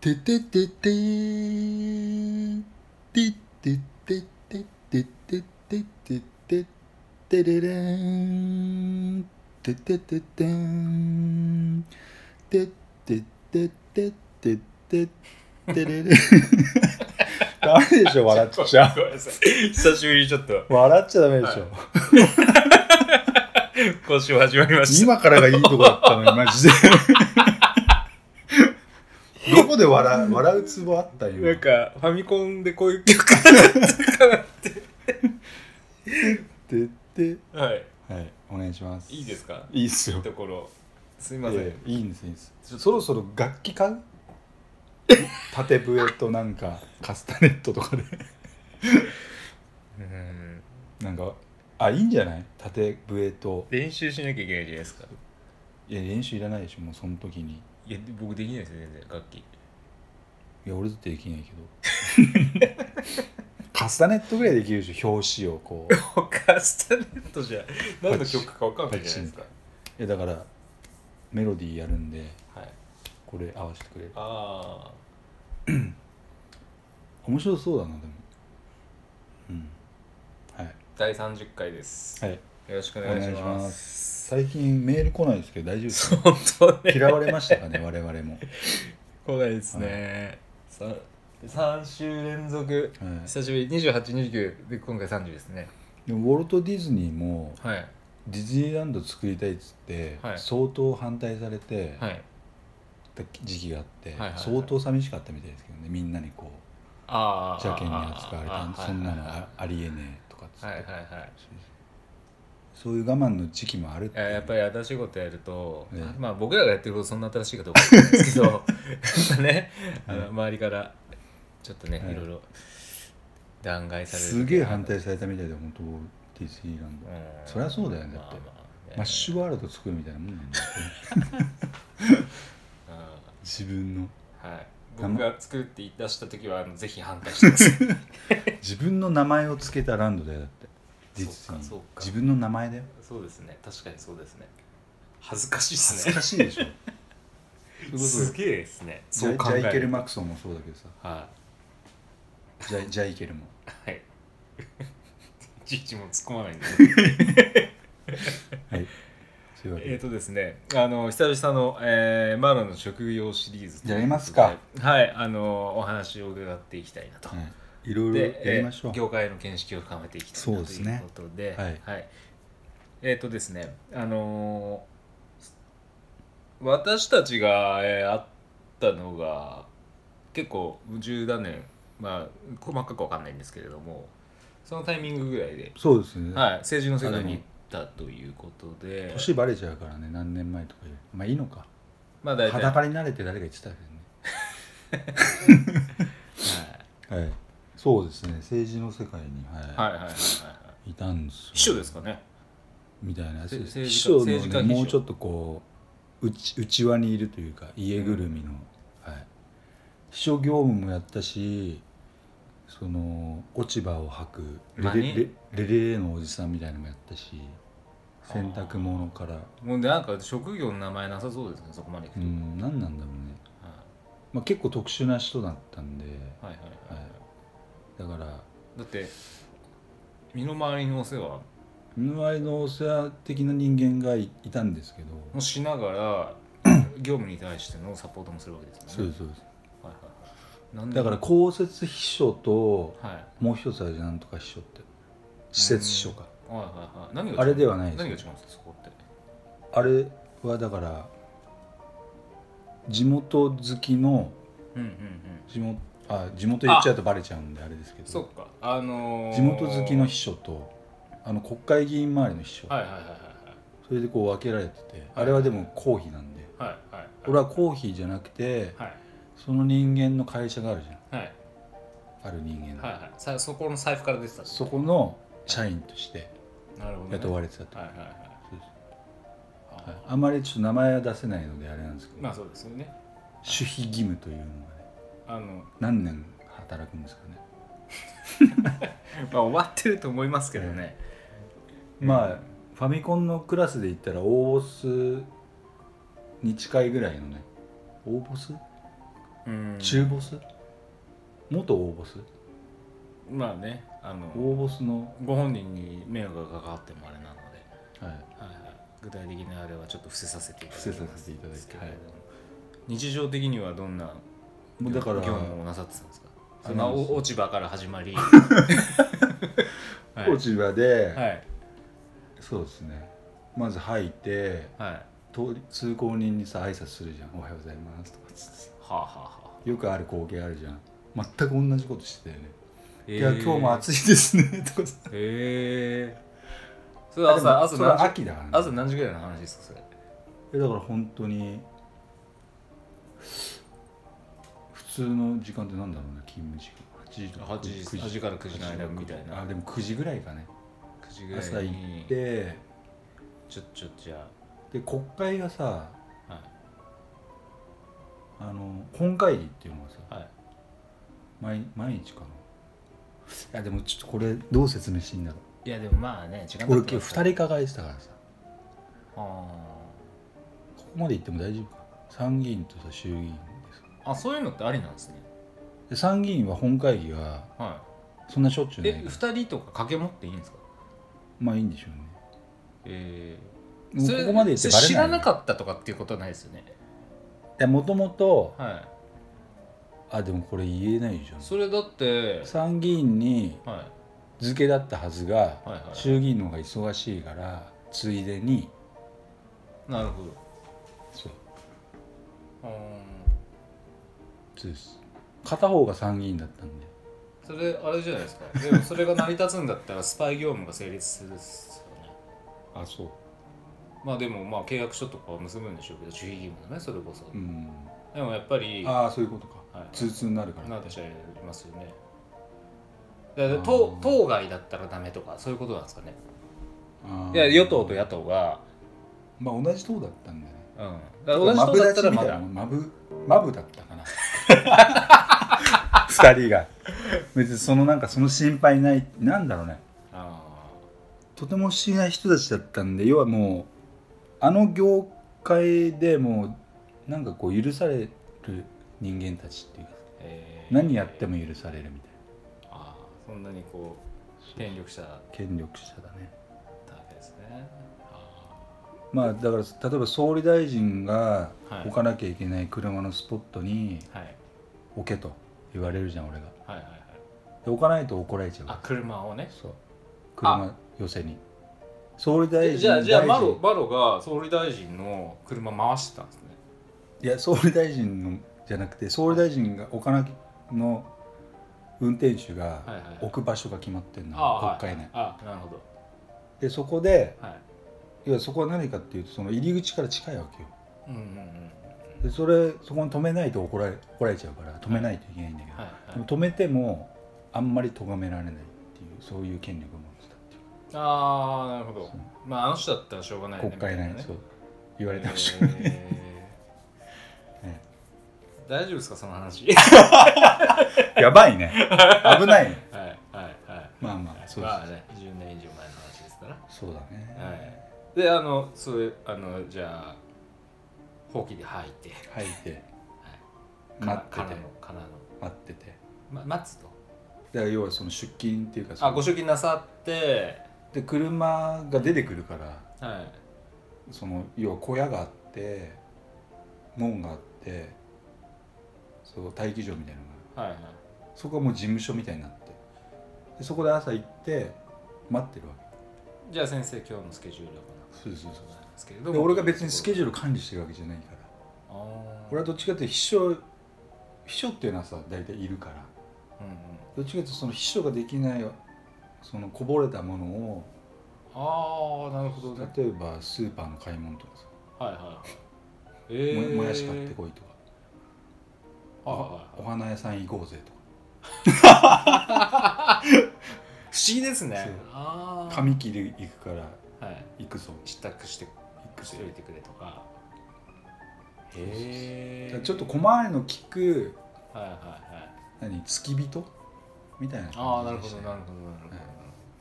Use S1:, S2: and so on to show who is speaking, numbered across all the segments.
S1: ててててーててててててててててれれーんててててーんてててててててれれダメでしょ笑っちゃう
S2: ごめんなさい久しぶりにちょっと
S1: 笑っちゃダメでしょ、
S2: 今週始まりました
S1: 今からがいいとこだったのにマ ジでどこで笑う笑うツボあったよ
S2: なんかファミコンでこういう曲だったかなって
S1: てって
S2: はい
S1: はいお願いします
S2: いいですか
S1: いいっすよ
S2: ところすいません、
S1: ええいいんですいいんですちょそろそろ楽器 買う縦笛となんかカスタネットとかで
S2: うん
S1: なんかあいいんじゃない縦笛と
S2: 練習しなきゃいけないじゃないですか
S1: いや練習いらないでしょもうその時に
S2: いや僕できないですよ全然楽器
S1: いや俺だってできないけど カスタネットぐらいできるでしょ表紙をこう
S2: カスタネットじゃ何の曲か分かんないじゃないですか
S1: いやだからメロディーやるんで
S2: はい
S1: これ合わせてくれる
S2: ああ
S1: 面白そうだなでもうんはい
S2: 第30回です、
S1: はい
S2: よろしくお
S1: お
S2: 願
S1: 願
S2: い
S1: い
S2: し
S1: し
S2: ま
S1: ますす最近メール来ないですけど大丈夫ですか
S2: 本当 ね
S1: 嫌われましたかね我々も、
S2: 来ないですね、さ3週連続
S1: はい、
S2: 久しぶり2829で今回30ですね
S1: でもウォルト・ディズニーも
S2: はい
S1: ディズニーランド作りたいっつって
S2: はい
S1: 相当反対されて
S2: はい
S1: た時期があって
S2: いはいはい
S1: 相当寂しかったみたいですけどねみんなにこう
S2: ああ
S1: 邪険に扱われ
S2: あ
S1: た
S2: あ
S1: そんなの
S2: はい
S1: あありえねえとかっつって、
S2: はいはいはい
S1: そういう我慢の時期もあるっ
S2: いややっぱり新しいことやると、
S1: ね
S2: まあ僕らがやってることそんな新しいかどうかわかんないですけどやっぱ ねあの周りからちょっとね、、
S1: はいい
S2: ろいろ弾劾される
S1: すげえ反対されたみたいで本当ディズニーランド、
S2: うん
S1: そりゃそうだよねだって
S2: まあね
S1: マッシュワールド作るみたいなもんなんだよ
S2: う
S1: 自分の
S2: んはい僕が作るって言い出した時はあのぜひ反対してます
S1: 自分の名前を付けたランドだよだってディズニー
S2: そうかそうか
S1: 自分の名前だよ
S2: そうですね確かにそうですね恥ずかしいっ
S1: 恥
S2: す
S1: ず
S2: ね
S1: かしいで しょそれこそ
S2: すげえですね
S1: ジャイジャイケル・マクソンもそうだけどさ
S2: は
S1: ジ ャイジャイケルも
S2: いはい いちいちもう突っ込まないんで
S1: はいそういうわけ
S2: え
S1: で
S2: っとですねあの久々の、えーマロの職業シリーズということで
S1: やりますか
S2: はいあのお話を伺っていきたいなと、
S1: はいいろいろ
S2: で
S1: やりましょう
S2: えー業界の見識を深めていきたい
S1: そう
S2: な
S1: で
S2: と
S1: す
S2: いう
S1: ね
S2: ことで
S1: はい
S2: えっ、とですねあのー私たちが、えー、あったのが結構十何年まあ細かくわかんないんですけれどもそのタイミングぐらいで、
S1: そうですね
S2: はい、政治の世界に行ったということで
S1: 年バレちゃうからね何年前とかよりまあいいのか
S2: まあ大体、はい、
S1: 裸になれて誰か言ってたけど ね はいそうですね政治の世界に
S2: はい
S1: は
S2: はいはいはいはい
S1: いたんですよ
S2: 秘書ですかね
S1: みたいなやつです
S2: せ
S1: 秘
S2: 政
S1: 書
S2: 治
S1: のね
S2: 家政治家秘書
S1: もうちょっとこううち内輪にいるというか家ぐるみの、はい、秘書業務もやったしその落ち葉を履くレレ
S2: 何
S1: レレレレのおじさんみたいなのもやったし洗濯物から
S2: もうなんか職業の名前なさそうですねそこまで行く
S1: う
S2: と、
S1: ん何なんだろうね、
S2: は
S1: まあ、結構特殊な人だったんで、
S2: いはいはいはい、
S1: はい、だから
S2: だって身の回りのお世話
S1: 身の回りのお世話的な人間がいいたんですけど
S2: もし ながら業務に対してのサポートもするわけですもんね
S1: そうですそうです
S2: はいはいはいなんで
S1: だから公設秘書と
S2: はいはい
S1: もう一つあるじゃんなんとか秘書って施設秘書か
S2: はいはい何が違う
S1: あれではないです
S2: 何が違うんですかそこって
S1: あれはだから地元好きの
S2: うんうんうん
S1: 地元あ地元言っちゃうとバレちゃうんであれですけ
S2: そ
S1: ど
S2: っかあのー、
S1: 地元好きの秘書とあの国会議員周りの秘書、
S2: はいはいはいはい
S1: それでこう分けられててあれはでも公費なんで
S2: はいはいはい
S1: 俺は公費じゃなくて
S2: はい
S1: その人間の会社があるじゃん
S2: はい
S1: ある人間の、
S2: はいはいさそこの財布から出てたんです
S1: そこの社員として
S2: なるほど、ね、
S1: 雇われてたと、
S2: はいはいはい
S1: そうです
S2: あ
S1: はい
S2: ー
S1: あんまりちょっと名前は出せないのであれなんですけど、
S2: まあそうですよね
S1: 守秘義務というのがね
S2: あの、
S1: 何年働くんですかね、
S2: まあ、終わってると思いますけどね、
S1: まあファミコンのクラスで言ったら大ボスに近いぐらいのね大ボス
S2: うん
S1: 中ボス元大ボス
S2: まあねあの
S1: 大ボスの、
S2: ご本人に迷惑がかかってもあれなので、
S1: はい、
S2: はいはい、具体的なあれはちょっと伏せさせていただき
S1: 伏せさせていただいて
S2: けれども日常的にはどんな
S1: もうだから
S2: 業務をなさってたんですか
S1: あ
S2: その
S1: なんです
S2: お落ち葉から始 まりはい
S1: 落ち葉で、
S2: はい
S1: そうですねまず吐いて
S2: はいは
S1: 通り通行人にさ挨拶するじゃん「おはようございます」とかつって
S2: あ、はあはあ、
S1: よくある光景あるじゃん全く同じことしてたよね
S2: え
S1: 「いや今日も暑いですね」とかさ
S2: へえそれ
S1: でも
S2: 朝朝
S1: それは
S2: 何時
S1: 秋だからね
S2: 朝何時ぐらいの話ですかそれ
S1: えだから本当に普通の時間ってなんだろうね勤務時間8時とか
S2: 8時
S1: 9
S2: 8時から9時の間みたいな
S1: あでも9時ぐらいかね
S2: 9時ぐ
S1: 朝
S2: らい
S1: 行
S2: に
S1: って
S2: ちょちょじゃ
S1: で国会がさ
S2: あは
S1: あの本会議っていうのがさ
S2: いはい
S1: 毎毎日かないやでもちょっとこれどう説明していいんだろ
S2: いやでもまあね時間
S1: う俺
S2: 経っ
S1: 今
S2: てま
S1: 日
S2: す
S1: 2
S2: か
S1: 人
S2: ら
S1: 抱えてたからさ
S2: あ
S1: ここまで行っても大丈夫か参議院とさ衆議院です
S2: ーあそういうのってありなんですね
S1: で参議院は本会議は
S2: は
S1: そんなしょっちゅう
S2: い
S1: ない
S2: え
S1: から
S2: 二人とか掛け持っていいんですか
S1: まあいいんでしょうね
S2: ええ
S1: もうここまで言ってバレない
S2: 知らなかったとかっていうことはないですよね
S1: いやもともと
S2: はい
S1: あでもこれ言えないじゃん
S2: それだって
S1: 参議院に
S2: は
S1: 付けだったはずが
S2: いはいは
S1: 衆議院の方が忙しいからついでに
S2: いなるほど
S1: そう
S2: うーん
S1: そうです片方が参議院だったんで
S2: それあれじゃないですかでもそれが成り立つんだったらスパイ業務が成立するっすよね
S1: あそう
S2: まあでもまあ契約書とかは結ぶんでしょうけど守秘義務だねそれこそ、
S1: うん
S2: でもやっぱり
S1: ああそういうことか
S2: はい
S1: 通通になるから
S2: なっちゃいますよねだから
S1: あー
S2: 党当該だったらダメとかそういうことなんですかね
S1: あー
S2: いや与党と野党が、
S1: まあ同じ党だったんでね
S2: うん、だから同じ党だったらまだ
S1: マブマブだった かな二人が別にそのなんかその心配ないなんだろうね
S2: あ
S1: とても不思議な人たちだったんで要はもうあの業界でもうなんかこう許される人間たちっていうか
S2: ー、えー
S1: 何やっても許されるみたい
S2: あーそんなにこう権力者だっ
S1: な権力者だね
S2: たわけですねあ
S1: まあだから例えば総理大臣が
S2: はい
S1: 置かなきゃいけない車のスポットに
S2: ーはい
S1: 置けと言われるじゃん俺が
S2: はいはいはい
S1: で置かないと怒られちゃうから
S2: あ車をね
S1: そう車寄せに総理大臣
S2: じゃあじゃあ
S1: 大臣
S2: マロマロが総理大臣の車回してたんですね
S1: いや総理大臣のじゃなくて総理大臣が置かなきの運転手
S2: はいはい
S1: が置く場所が決まってんの、
S2: あ
S1: 国会
S2: は
S1: 内、
S2: い、あなるほど
S1: でそこで
S2: はい
S1: 要はそこは何かっていうとその入り口から近いわけよ
S2: うんうんうん
S1: でそれそこに止めないと怒られ怒られちゃうから止めないといけないんだけど、
S2: はいは
S1: でも
S2: い
S1: 止めてもあんまり咎められないっていうそういう権力を持ってたっていう
S2: ああなるほど
S1: そう
S2: まああの人だったらしょうがないね
S1: 国会内
S2: みたいな
S1: に
S2: ね
S1: そう言われてま した、
S2: えー
S1: ね
S2: 大丈夫ですかその話
S1: やばいね危ないね
S2: はいはいはい
S1: まあまあそうです、
S2: まあね10年以上前の話ですから
S1: そうだね、
S2: はいであのそれあのじゃあほうきで吐いて
S1: 吐いて
S2: か
S1: 待ってて
S2: からのからの、
S1: 待ってて
S2: ま、待つと
S1: だから要はその出勤っていうかその
S2: あご出勤なさって
S1: で車が出てくるから
S2: はい
S1: その要は小屋があって門があってそう待機場みたいなのが
S2: はいはい
S1: あるそこはもう事務所みたいになってでそこで朝行って待ってるわけ
S2: じゃあ先生今日のスケジュールはこんな
S1: そうそうそ
S2: ことなんですけれ
S1: う
S2: ど
S1: で俺が別にスケジュ
S2: ュール
S1: ール管理してるわけじゃないから
S2: あー
S1: 俺はどっちかっていうと秘書秘書っていうのはさ大体いるから
S2: うんうん、
S1: どっちかっていうとその秘書ができないそのこぼれたものを
S2: ああなるほどね
S1: 例えばスーパーの買い物とかさ、
S2: はいはいはいえ
S1: も
S2: ー、
S1: もやし買ってこいとか、
S2: はいはいはい
S1: お花屋さん行こうぜとか
S2: 不思議ですね
S1: そう
S2: ああ
S1: 髪切り行くから
S2: はい
S1: 行くぞ
S2: 支度して
S1: 行く
S2: し
S1: ぜ
S2: といてくれとか
S1: うそうそう
S2: へえ
S1: ちょっと小回りの利く
S2: はいはいはい
S1: 何付き人みたいな感じ
S2: ああなるほ
S1: で
S2: ど
S1: したね
S2: なるほどなる
S1: はい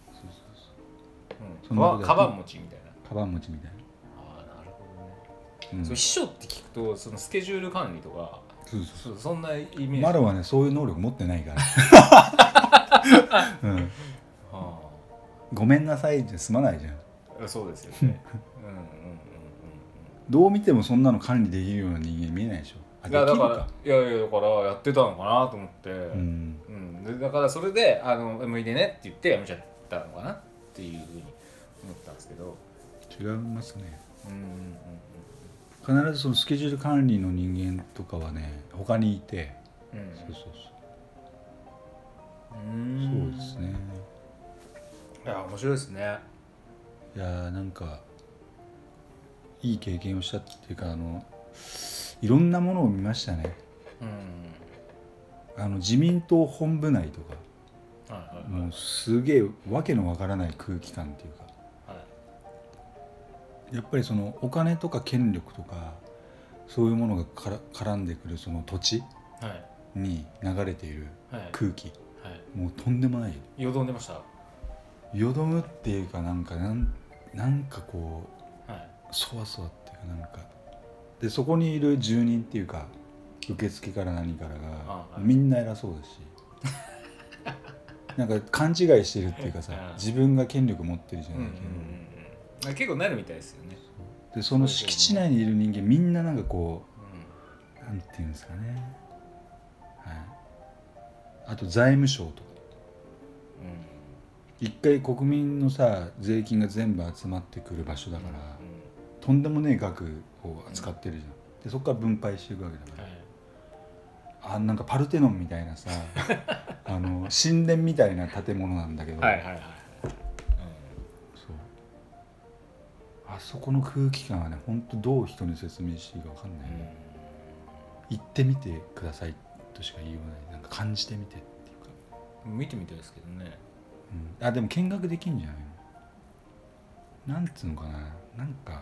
S2: ほ
S1: そうそうそ
S2: ど、う
S1: そん
S2: ん、
S1: な
S2: かば
S1: ことやって
S2: カバン持ちみたいな
S1: うカバン持ちみたいな、
S2: ああなるほどね、
S1: うん
S2: そ
S1: そう
S2: 秘書って聞くとそのスケジュール管理とか
S1: うそうそう
S2: そうそんなイメージ
S1: マロはねそういう能力持ってない から、うん、
S2: は
S1: ごめんなさいじゃ済まないじゃん
S2: あそうですよねうんうんうんうん
S1: どう見てもそんなの管理できるような人間見えないでしょあ
S2: い
S1: でき
S2: や
S1: る
S2: だ
S1: か
S2: からいやいやだからやってたのかなと思って、う
S1: うんん、
S2: でだからそれで「あの向いてね」って言ってやめちゃったのかなっていうふうに思ったんですけど
S1: 違いますね
S2: うんうんうん
S1: 必ずそのスケジュール管理の人間とかはね他にいて
S2: うんうん
S1: そうそうそうう、
S2: ん
S1: そうですね
S2: いや面白いですね
S1: いやーなんかいい経験をしたっていうかあのいろんなものを見ましたね
S2: うん
S1: あの自民党本部内とか
S2: はいはい
S1: もうすげえわけのわからない空気感っていうか
S2: はい
S1: やっぱりそのお金とか権力とかそういうものがから絡んでくるその土地
S2: はい
S1: に流れている
S2: はい
S1: 空気
S2: はい
S1: もうとんでもないよ
S2: よどんでましたは
S1: よどむっていうかなんかなんなんかこ
S2: いう
S1: そわそわっていうかなんかでそこにいる住人っていうか受付から何からが
S2: はい
S1: みんな偉そうだしなんか勘違いしてるっていう か
S2: うん
S1: さ自分が権力持ってるじゃ
S2: うん
S1: な
S2: う
S1: い
S2: ん
S1: けど、
S2: うんうん結構なるみたいですよね
S1: でその敷地内にいる人間みんななんかこ
S2: うん
S1: うなんていうんですかねはいあと財務省とか
S2: うん
S1: 一回国民のさ税金が全部集まってくる場所だから、とんでもねえ額を扱ってるじゃん、でそこから分配していくわけだ
S2: うん
S1: か
S2: はい
S1: ら、あなんかパルテノンみたいな さあの神殿みたいな建物なんだけど、
S2: はいはいはいはい、
S1: そうあそこの空気感はね本当どう人に説明していいか分かんない、
S2: うん
S1: 行ってみてくださいとしか言いようがないなんか感じてみてっていうか、
S2: 見てみたいですけどね
S1: うん、あでも見学できんじゃないのなんつうのかななんか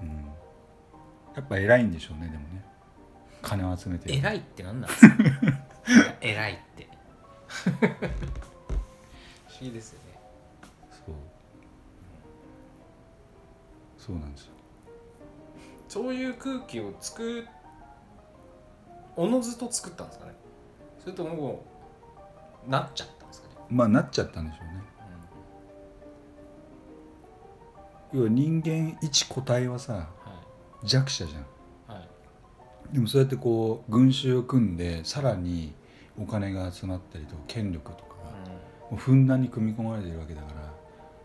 S1: うんやっぱ偉いんでしょうねでもね金を集めてる
S2: 偉いって何なんです か偉いって不思議ですよね
S1: そうそうなんですよ
S2: そういう空気を作るおのずと作ったんですかねそれとももうなっちゃったんですかね、
S1: まあなっちゃったんでしょうね要は人間一個体はさ弱者じゃん
S2: はいはい
S1: でもそうやってこう群衆を組んでさらにお金が集まったりとか権力とかがもうふんだんに組み込まれてるわけだから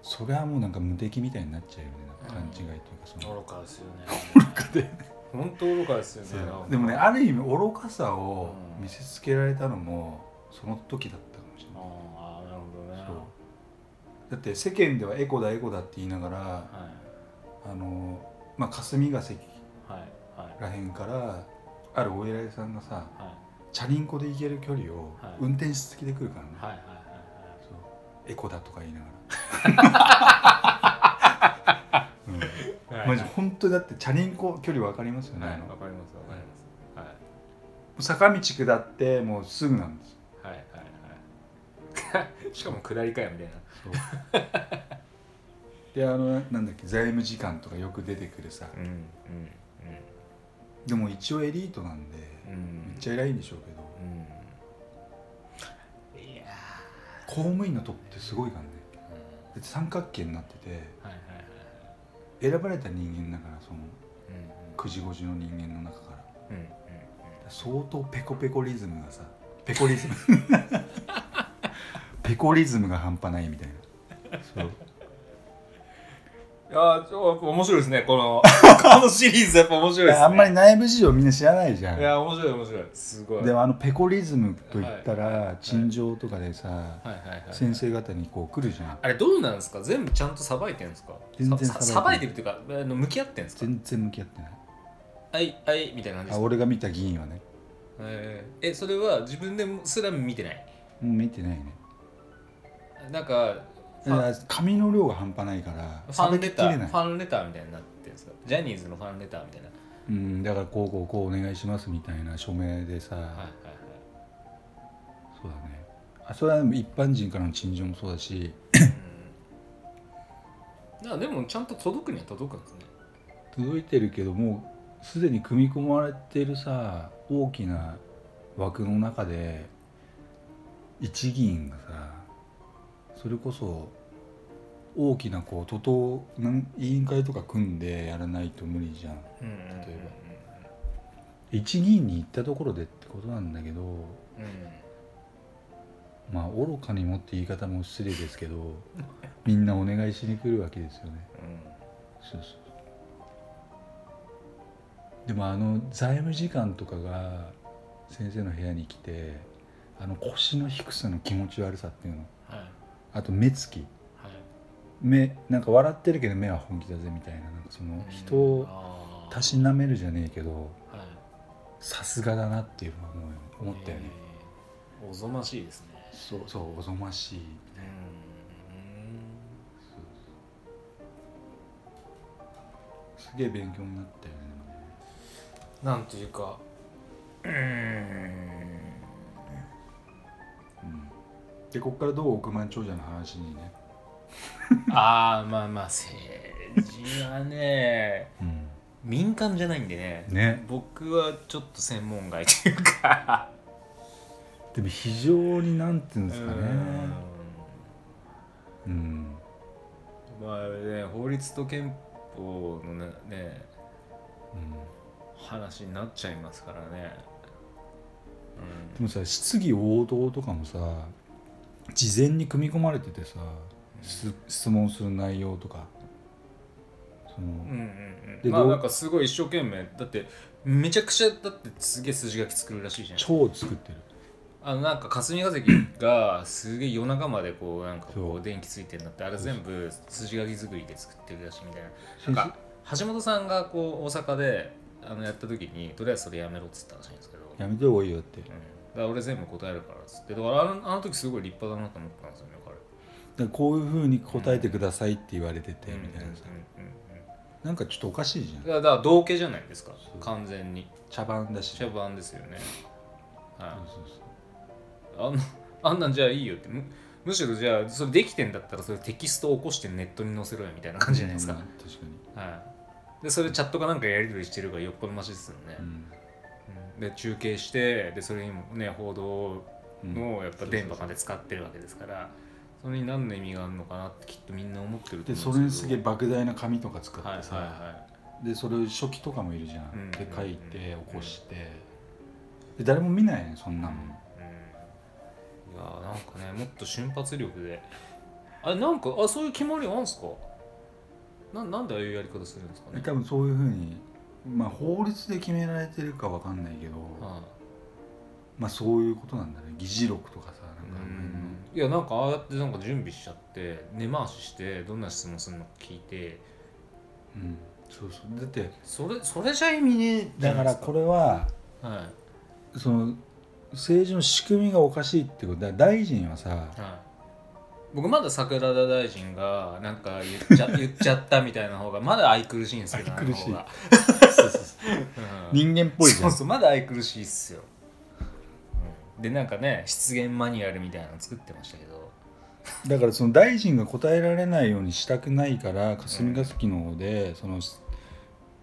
S1: それはもうなんか無敵みたいになっちゃうよねなんか勘違いというかその、
S2: 愚かですよね愚か
S1: で
S2: 本当愚かですよね
S1: そうでもね
S2: あ
S1: ある意味愚かさを
S2: うん
S1: 見せつけられたのもその時だったかもしれない、
S2: あーなるほどね
S1: そうだって世間ではエコだエコだって言いながら
S2: は
S1: あの、まあ、霞が関
S2: いはいはい
S1: らへんからあるお偉いさんがさ
S2: はい
S1: チャリンコで行ける距離を
S2: はい
S1: 運転手付きで来るからね、
S2: はいはいはい
S1: そうエコだとか言いなが ら、
S2: はい
S1: うん
S2: はい
S1: マジ本当にだってチャリンコ距離分かりますよね、
S2: はい
S1: あの
S2: わ
S1: も
S2: かりますわかりますは
S1: う坂道下ってもうすぐなんですよ
S2: いはいはいはい しかも下りかよみたいな
S1: であのなんだっけ財務次官とかよく出てくるさ
S2: うんうん
S1: でも一応エリートなんで
S2: うんう
S1: めっ
S2: ん
S1: ちゃ偉いんでしょうけど
S2: うんいや
S1: 公務員のトップってすごいからね
S2: ー
S1: だって三角形になってて
S2: はいはいはい
S1: 選ばれた人間だからその
S2: う
S1: くじごじの人間の中から
S2: んうんうん
S1: 相当ペコペコリズムがさペコリズム ペコリズムが半端ないみたいなそう
S2: いやーちょっと面白いです ねこのこのシリーズやっぱ面白いですね
S1: あんまり内部事情みんな知らないじゃん
S2: いやー面白い面白いすごい
S1: でもあのペコリズムといったら陳情とかでさ、
S2: はいはいはい
S1: 先生方にこう来るじゃん
S2: あれどうなんですか全部ちゃんとさばいてるんですか
S1: 全然
S2: さ
S1: さ
S2: さ
S1: ば
S2: ば
S1: い
S2: い
S1: て
S2: てるっていうかあの向き合ってるんですか
S1: 全然向き合ってない
S2: はいはいみたいな感じで
S1: あ
S2: すか
S1: 俺が見た議員はね
S2: えーえそれは自分ですら見てない
S1: もう見てないね
S2: なんかフ
S1: だか
S2: ァン
S1: ら髪の量が半端ないから
S2: ファンレタ
S1: 喋りきれ
S2: ー
S1: ない
S2: ファンレターみたいになってるんですかジャニーズのファンレターみたいな
S1: うん、だからこうこうこうお願いしますみたいな署名でさ、
S2: はいはい
S1: そうだねあそれはでも一般人からの陳情もそうだし
S2: はいうんだからでもちゃんと届くには届くんですね
S1: 届いてるけどもうすでに組み込まれてるさ大きな枠の中で一議員がさそれこそ大きなこう徒党なん委員会とか組んでやらないと無理じゃん
S2: うんうん
S1: 例え一議員に行ったところでってことなんだけど
S2: うん
S1: まあ愚かにもって言い方も失礼ですけどみんなお願いしに来るわけですよねそうそうでもあの財務次官とかが先生の部屋に来てあの腰の低さの気持ち悪さっていうの
S2: はい
S1: あと目つき
S2: はい
S1: 目なんか笑ってるけど目は本気だぜみたいななんかその人を
S2: を
S1: たしなめるじゃねえけど
S2: はい
S1: さすがだなっていうのは思うよ思ったよね、
S2: えーおぞましいですね
S1: そうそうおぞましい
S2: うん
S1: すげえ勉強になったよねでもね
S2: なんというかうーん
S1: うんでこっからどう億万長者の話にね、
S2: ああまあまあ政治はね民間じゃないんでね
S1: ね
S2: 僕はちょっと専門外というか
S1: でも非常になんていうんですかねうん、
S2: うんまあね法律と憲法のねね
S1: うん
S2: 話になっちゃいますからね
S1: でもさ質疑応答とかもさ事前に組み込まれててさす質問する内容とかその、
S2: うんうんうんう
S1: で
S2: んまあ
S1: どう
S2: なんかすごい一生懸命だってめちゃくちゃだってすげえ筋書き作るらしいじゃん
S1: 超作ってる
S2: あのなんか霞が関がすげえ夜中までこうなんかこ
S1: そう
S2: う電気ついてるんだってあれ全部筋書き作りで作ってるらしいみたいな
S1: 先
S2: なん
S1: 生
S2: か橋本さんがこう大阪であのやった時にとりあえずそれやめろっつったらしいんですけど、うん、だ
S1: やめた方がいいよってだか
S2: から俺全部答えるからっつってだからあのあの時すごい立派だなと思ったんですよね
S1: らこういうふうに答えてくださいって言われてて
S2: 彼
S1: みたいなさ、
S2: うんうんうんうん
S1: なんかちょっとおかしいじゃん
S2: だからだから同系じゃないですか
S1: そう
S2: 完全に
S1: 茶番だし
S2: 茶番ですよねは
S1: そうそうそう
S2: いあんなあんなんじゃあいいよってむむしろじゃあそれできてんだったらそれテキストを起こしてネットに載せろよみたいな感じじゃないですか、
S1: うん確かに、
S2: はいでそれチャットかなんかやり取りしてるからよっぽどマシですよね、うんで中継してでそれにもね報道
S1: うんうん
S2: のやっぱ電波まで使ってるわけですからそれに何の意味があるのかなってきっとみんな思ってる
S1: で
S2: と思
S1: それ
S2: うん
S1: に
S2: です
S1: す
S2: け
S1: げえ
S2: ど
S1: 莫大な紙とか使
S2: は
S1: っ
S2: いは
S1: て
S2: い
S1: さ、
S2: は
S1: でそれを書記とかもいるじゃん、
S2: うん
S1: で書いて
S2: うん
S1: 起こして、で誰も見ないねそん
S2: い、
S1: なの、
S2: うん、いやーなんかねもっと瞬発力であなんかあそういう決まりあるんすかななんでああいうやり方するんですかね
S1: 多分そういうふうにまあ法律で決められてるかわかんないけど、
S2: はい
S1: まあそういうことなんだね議事録とかさなんかあの辺の
S2: いやなんかああやってなんか準備しちゃって根回ししてどんな質問するのか聞いて
S1: うん、そうそうだって
S2: それそれじゃ意味ねえじゃ
S1: だか
S2: ないで
S1: ら
S2: す
S1: これは
S2: はい
S1: その政治の仕組みがおかしいってことだ大臣はさ
S2: はい、僕まだ桜田大臣がなんか言っちゃ 言っちゃったみたいな方がまだ愛くるしいんですよ
S1: 愛くるしい
S2: あの方がうん
S1: 人間っぽいじゃ
S2: そ
S1: ん
S2: うそうまだ愛くるしいっすよ、うんでなんかね失言マニュアルみたいなの作ってましたけど
S1: だからその大臣が答えられないようにしたくないから霞が関の方でその質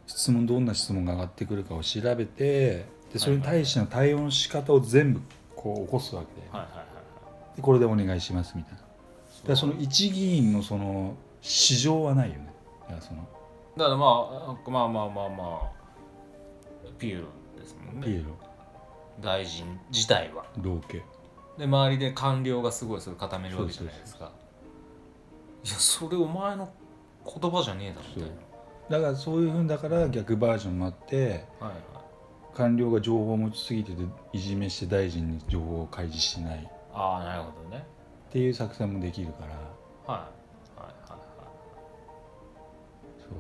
S1: 質問どんな質問が上がってくるかを調べてでそれに対しての対応の仕方を全部こう起こすわけで
S2: はいはいはい
S1: でこれでお願いしますみたいなだか
S2: だから
S1: その一議員のその市場はないよねだからその
S2: らまあまあまあまあまあピエロですもん
S1: ピエ
S2: ね
S1: ロ
S2: 大臣自体は
S1: 老家
S2: で周りで官僚がすごいそれ固めるわけじゃないですかいやそれお前の言葉じゃねえだろみたいな
S1: だからそういうふうだから逆バージョンもあって
S2: はいはい、
S1: 官僚が情報を持ちすぎてていじめして大臣に情報を開示しないっ
S2: ああなるほどね
S1: ていう作戦もできるから。
S2: はいはいはいはい
S1: そう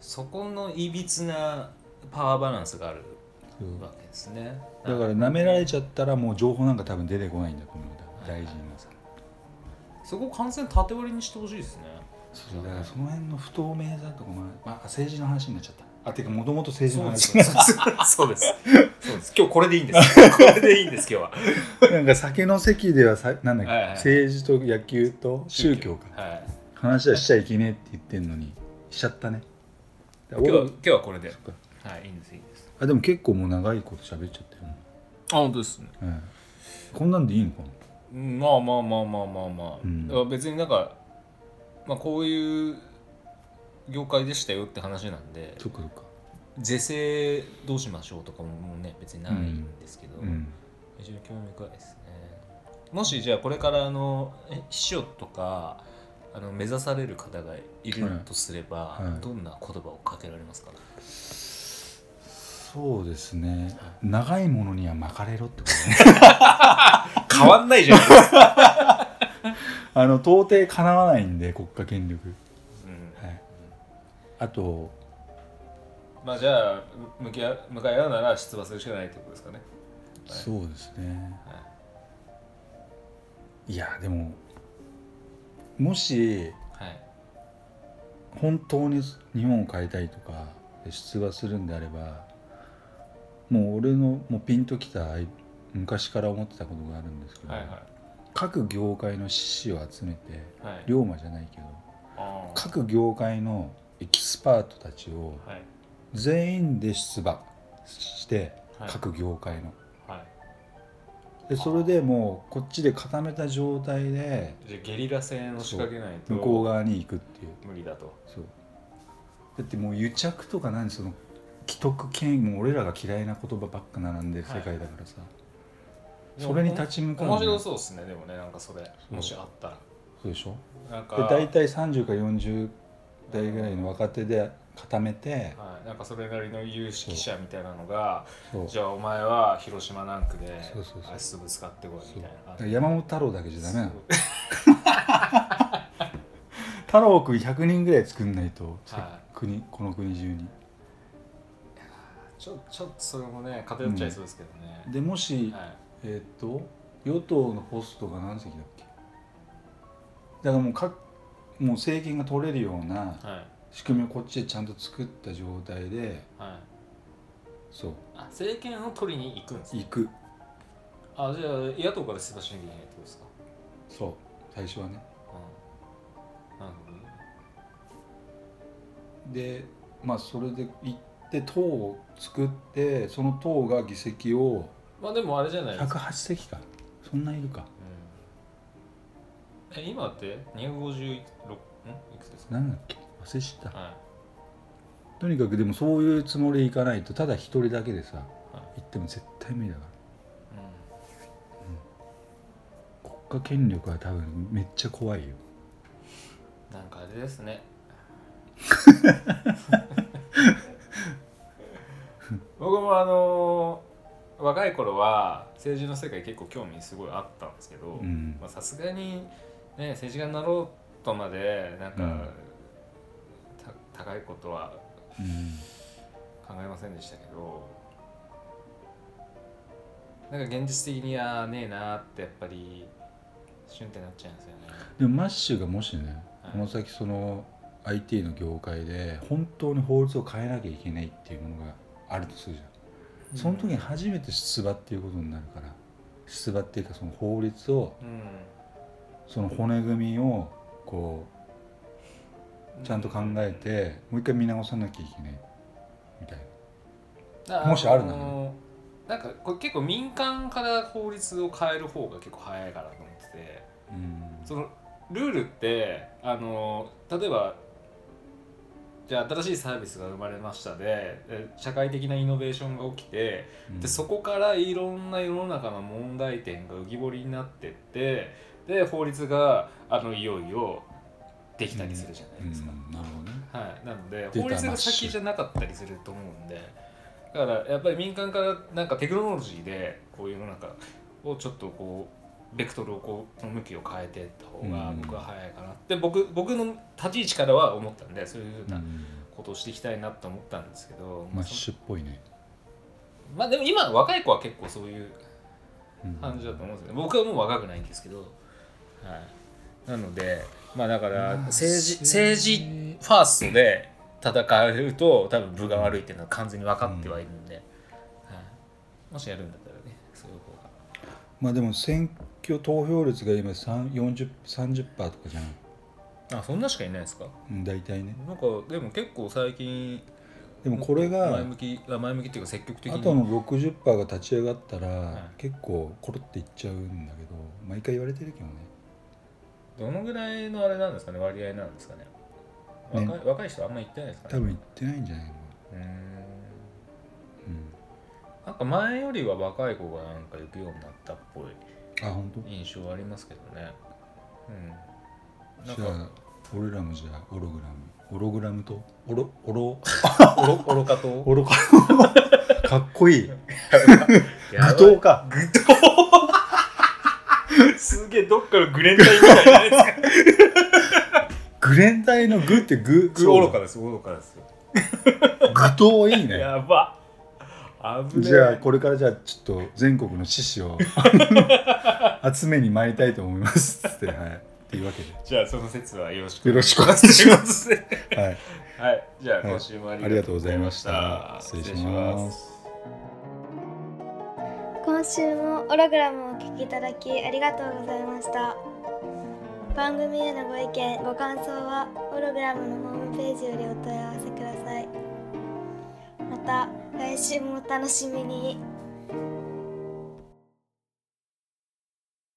S2: そこのいびつなパワーバランスがあるわけですね
S1: だから舐められちゃったらもう情報なんか多分出てこないんだと思うんだ大臣がさ
S2: そこ完全に縦割りにしてほしいですね
S1: そうだからその辺の不透明さとかもある、まあ、政治の話になっちゃったあてかもともと政治の話
S2: そうです そうですそうです今日これでいいんですこれでいいんです今日は
S1: なんか酒の席ではさなんだっけ、
S2: はいはい
S1: 政治と野球と宗教か
S2: はい
S1: 話はしちゃいけねえって言ってんのにしちゃったね
S2: 今日は今日はこれで
S1: そっか
S2: はいいいんですいいんです
S1: あでも結構もう長いこと喋っちゃってるね、
S2: あ本当ですね
S1: ええこんなんでいいのかな
S2: うんまあまあまあまあまあまあ、
S1: うん
S2: だから別になんか、まあ、こういう業界でしたよって話なんで
S1: そっかそっか
S2: 是正どうしましょうとかももうね別にないんですけど、
S1: うん
S2: 非常に興味深いですねもしじゃあこれからあのえ秘書とかあの目指される方がいるとすれば、
S1: いはい
S2: どんな言葉をかけられますか、
S1: そうですね長いものには巻かれろってことね
S2: 変わんない じゃないですか、
S1: あの到底かなわないんで国家権力
S2: うん
S1: はいあと
S2: まあじゃあ向き合う向かい合うなら出馬するしかないってことですかね
S1: そうですね
S2: はい
S1: やでももし
S2: はい
S1: 本当に日本を変えたいとか出馬するんであればもう俺のもうピンときたアイ昔から思ってたことがあるんですけど、
S2: はいはい
S1: 各業界の志士を集めて
S2: はい
S1: 龍馬じゃないけど
S2: あー
S1: 各業界のエキスパートたちを
S2: はい
S1: 全員で出馬して、
S2: はい
S1: 各業界の
S2: はい
S1: でそれでもうこっちで固めた状態で
S2: じゃあゲリラ戦を仕掛けないと
S1: 向こう側に行くっていう
S2: 無理だと
S1: そうだってもう癒着とか何その既得権益もう俺らが嫌いな言葉ばっか並んでる世界だからさ、それに立ち向かうの
S2: 面白そうですねでもねなんかそれ
S1: う
S2: もしあったら
S1: そうでしょ
S2: なんか
S1: で大体30か40代ぐらいの若手で固めて
S2: はい、なんかそれなりの有識者みたいなのが
S1: そう
S2: じゃあお前は広島なん区で
S1: そうそうそう
S2: 足すぶつかってこいみたいな
S1: だ
S2: 感
S1: か
S2: じ
S1: ら山本太郎だけじゃダメなの
S2: そう
S1: 太郎君100人ぐらい作んないと、
S2: は
S1: 国この国中に
S2: ちょ ちょっとそれもね偏っちゃいそうですけどね、
S1: でもし、
S2: はい、
S1: えーっと与党のポストが何席だっけだからもうかもう政権が取れるような
S2: はい
S1: 仕組みをこっちでちゃんと作った状態で
S2: はい
S1: そう
S2: あ政権を取りに行くんですね
S1: 行く
S2: あじゃあ野党から出馬しなきゃいけないってことですか
S1: そう最初はね
S2: うんなるほどね
S1: でまあそれで行って党を作ってその党が議席を
S2: まあでもあれじゃないですか、
S1: 108席かそんないるか
S2: うん、え今って256んいくつですか
S1: 何だっけ忘れちゃった
S2: は
S1: とにかくでもそういうつもりで行かないとただ一人だけでさ行っても絶対無理だから
S2: い、う
S1: 国家権力は多分めっちゃ怖いよ
S2: ん、なんかあれです ね僕もあのー若い頃は政治の世界結構興味すごいあったんですけど、
S1: うん
S2: まあさすがに、ね、政治家になろうとまでなんか、
S1: うん
S2: た高いことは
S1: うん
S2: 考えませんでしたけどなんか現実的にはねえなってやっぱり瞬ってなっちゃうんですよね
S1: でもマッシュがもしね
S2: はい
S1: この先その IT の業界で本当に法律を変えなきゃいけないっていうものがあるとするじゃんその時に初めて出馬っていうことになるから出馬っていうかその法律を
S2: うん
S1: その骨組みをこうちゃんと考えてもう一回見直さなきゃいけないみたいな
S2: だ
S1: もしあるなら
S2: のなんかこれ結構民間から法律を変える方が結構早いかなと思ってて
S1: うん
S2: そのルールってあの例えばじゃあ新しいサービスが生まれましたでで社会的なイノベーションが起きて
S1: うん
S2: でそこからいろんな世の中の問題点が浮き彫りになってってで法律があのいよいよできたりするじゃないですか、
S1: うんなるほどね
S2: はい、なので
S1: 出た
S2: 法律
S1: マ
S2: が
S1: ッシュ
S2: 先じゃなかったりすると思うんでだからやっぱり民間からなんかテクノロジーでこういう世の中をちょっとこうベクトルをこう向きを変えていった方が
S1: うん
S2: 僕は早いかなって僕僕の立ち位置からは思ったんでそういうふう
S1: う
S2: なんことをしていきたいなと思ったんですけど、
S1: マ
S2: ま
S1: ッ
S2: あ、
S1: シュっぽいね
S2: まあでも今若い子は結構そういう
S1: うん
S2: 感じだと思うんですけど僕はもう若くないんですけど、はい、なのでまあだから政治政治ファーストで戦うと多分分が悪いっていうのは完全に分かってはいるんで、はい、もしやるんだったらねそういう方が
S1: まあでも選挙投票率が今3 40 30%とかじゃん
S2: あそんなしかいないですか
S1: うん大体ね
S2: なんかでも結構最近
S1: でもこれが
S2: 前向きあ前向きっていうか積極的
S1: あ
S2: に
S1: との60%が立ち上がったら、
S2: はい
S1: 結構コロっていっちゃうんだけど毎回言われてるけどね
S2: どのぐらいのあれなんですかね割合なんですかね若い
S1: ね
S2: 若い人あんま言ってないですかね
S1: 多分言ってないんじゃないの、
S2: うーん
S1: う
S2: なんか前よりは若い子がなんか行くようになったっぽい
S1: ん、あ本
S2: 印象はありますけどねうん
S1: 当
S2: なん
S1: じゃあ
S2: か
S1: 俺らもじゃあオログラムオログラムとオロオ ロ
S2: おろ かと
S1: オロかかっこいい
S2: やばい
S1: 武闘か
S2: グドーすげえどっからグレンタインみたいなやつが
S1: グレン隊のグってグ
S2: 愚愚かです愚かですよ
S1: 愚闘いいね
S2: やば危ねえ
S1: じゃあこれからじゃあちょっと全国の志士を 集めに参りたいと思いますっつってはいっていうわけで
S2: じゃあその説はよろしく
S1: よろしくお願いします はい、
S2: はいじゃあ
S1: はい
S2: 今週もあ
S1: あ
S2: り
S1: り
S2: が
S1: が
S2: と
S1: と
S2: う
S1: うご
S2: ござ
S1: ざ
S2: い
S1: い
S2: ま
S1: ま
S2: し
S1: したた失礼します
S3: 今週もオログラムをお聞きいただきありがとうございました番組へのご意見ご感想はオログラムのホームページよりお問い合わせくださいまた来週もお楽しみに